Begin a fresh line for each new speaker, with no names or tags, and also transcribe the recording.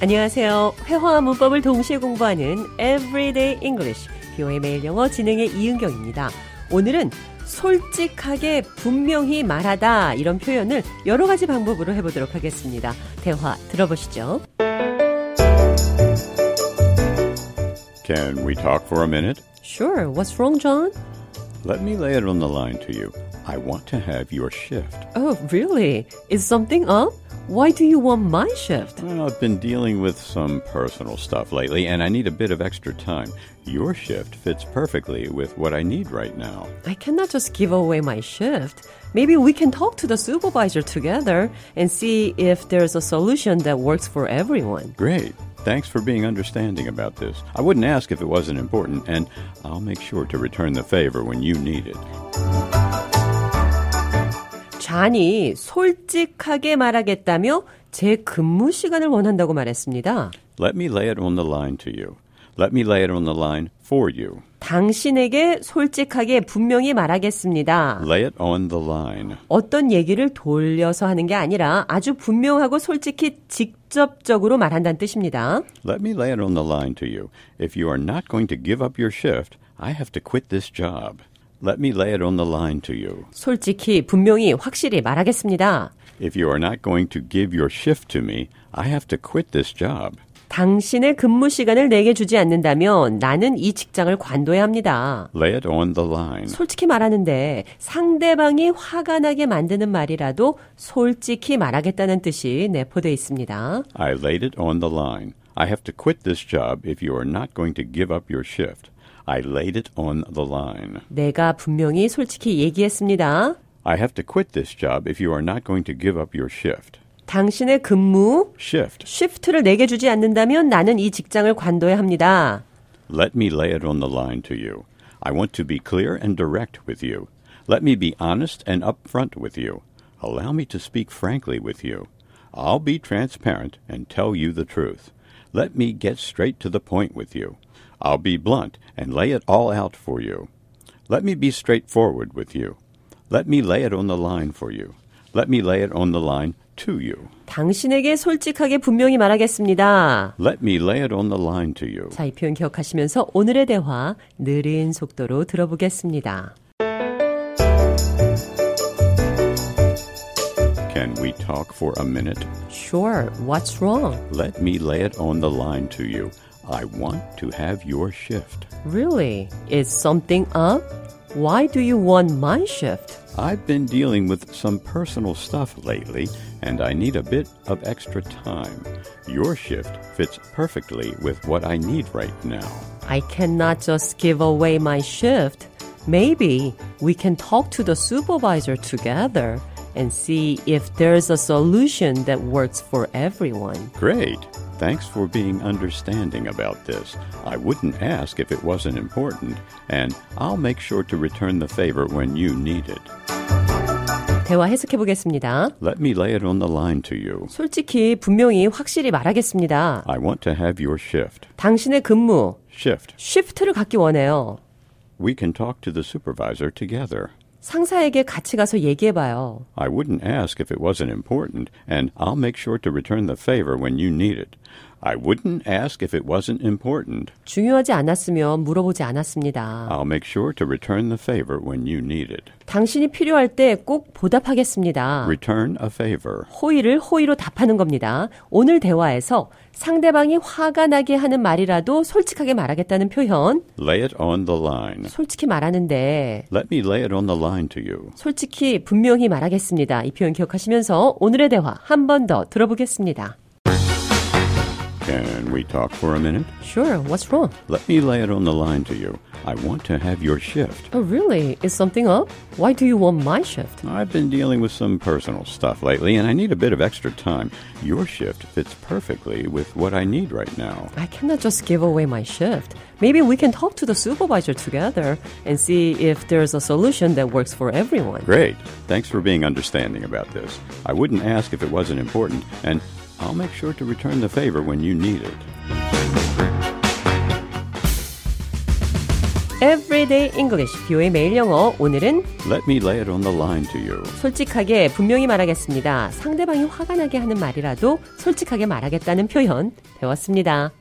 안녕하세요. 회화와 문법을 동시에 공부하는 Everyday English, 비오의 매일 영어 진행의 이은경입니다. 오늘은 솔직하게 분명히 말하다 이런 표현을 여러 가지 방법으로 해보도록 하겠습니다. 대화 들어보시죠.
Can we talk for a minute?
Sure, what's wrong, John?
Let me lay it on the line to you. I want to have your shift.
Oh, really? Is something up? Why do you want my shift?
Well, I've been dealing with some personal stuff lately, and I need a bit of extra time. Your shift fits perfectly with what I need right now.
I cannot just give away my shift. Maybe we can talk to the supervisor together and see if there's a solution that works for everyone.
Great. Thanks for being understanding about this. I wouldn't ask if it wasn't important, and I'll make sure to return the favor when you need it.
잔이 솔직하게 말하겠다며 제 근무 시간을 원한다고 말했습니다.
Let me lay it on the line to you. Let me lay it on the line for you.
당신에게 솔직하게 분명히 말하겠습니다.
Lay it on the line.
어떤 얘기를 돌려서 하는 게 아니라 아주 분명하고 솔직히 직접적으로 말한다는 뜻입니다.
Let me lay it on the line to you. If you are not going to give up your shift, I have to quit this job. Let me lay it on the line to you.
솔직히 분명히 확실히 말하겠습니다.
If you are not going to give your shift to me, I have to quit this job.
당신의 근무 시간을 내게 주지 않는다면 나는 이 직장을 관둬야 합니다.
Lay it on the line.
솔직히 말하는데 상대방이 화가 나게 만드는 말이라도 솔직히 말하겠다는 뜻이 내포되어 있습니다.
I laid it on the line. I have to quit this job if you are not going to give up your shift. I laid it on the line.
내가 분명히 솔직히 얘기했습니다.
I have to quit this job if you are not going to give up your shift.
당신의 근무
Shift.
쉬프트를 내게 주지 않는다면 나는 이 직장을 관둬야 합니다.
Let me lay it on the line to you. I want to be clear and direct with you. Let me be honest and upfront with you. Allow me to speak frankly with you. I'll be transparent and tell you the truth. Let me get straight to the point with you. I'll be blunt and lay it all out for you. Let me be straightforward with you. Let me lay it on the line for you. Let me lay it on the line to you.
당신에게 솔직하게 분명히 말하겠습니다.
Let me lay it on the line to you.
자, 이 표현 기억하시면서 오늘의 대화 느린 속도로 들어보겠습니다.
Can we talk for a minute?
Sure, what's wrong?
Let me lay it on the line to you. I want to have your shift.
Really? Is something up? Why do you want my shift?
I've been dealing with some personal stuff lately, and I need a bit of extra time. Your shift fits perfectly with what I need right now.
I cannot just give away my shift. Maybe we can talk to the supervisor together and see if there's a solution that works for everyone.
Great. Thanks for being understanding about this. I wouldn't ask if it wasn't important, and I'll make sure to return the favor when you need it.
대화 해석해 보겠습니다.
Let me lay it on the line to you.
솔직히 분명히 확실히 말하겠습니다.
I want to have your shift.
당신의 근무,
Shift.
쉬프트를 갖기 원해요.
We can talk to the supervisor together.
상사에게 같이 가서 얘기해 봐요.
I wouldn't ask if it wasn't important, and I'll make sure to return the favor when you need it. I wouldn't ask if it wasn't important.
중요하지 않았으면 물어보지 않았습니다.
I'll make sure to return the favor when you need it.
당신이 필요할 때 꼭 보답하겠습니다.
Return a favor.
호의를 호의로 답하는 겁니다. 오늘 대화에서 상대방이 화가 나게 하는 말이라도 솔직하게 말하겠다는 표현,
Lay it on the line.
솔직히 말하는데,
Let me lay it on the line to you.
솔직히 분명히 말하겠습니다. 이 표현 기억하시면서 오늘의 대화 한 번 더 들어보겠습니다.
Can we talk for a minute?
Sure, what's wrong?
Let me lay it on the line to you. I want to have your shift.
Oh, really? Is something up? Why do you want my shift?
I've been dealing with some personal stuff lately, and I need a bit of extra time. Your shift fits perfectly with what I need right now.
I cannot just give away my shift. Maybe we can talk to the supervisor together and see if there's a solution that works for everyone.
Great. Thanks for being understanding about this. I wouldn't ask if it wasn't important, and I'll make sure to return the favor when you need it.
Everyday English, 뷰의 매일 영어. 오늘은
Let me lay it on the line to you.
솔직하게 분명히 말하겠습니다. 상대방이 화가 나게 하는 말이라도 솔직하게 말하겠다는 표현 배웠습니다.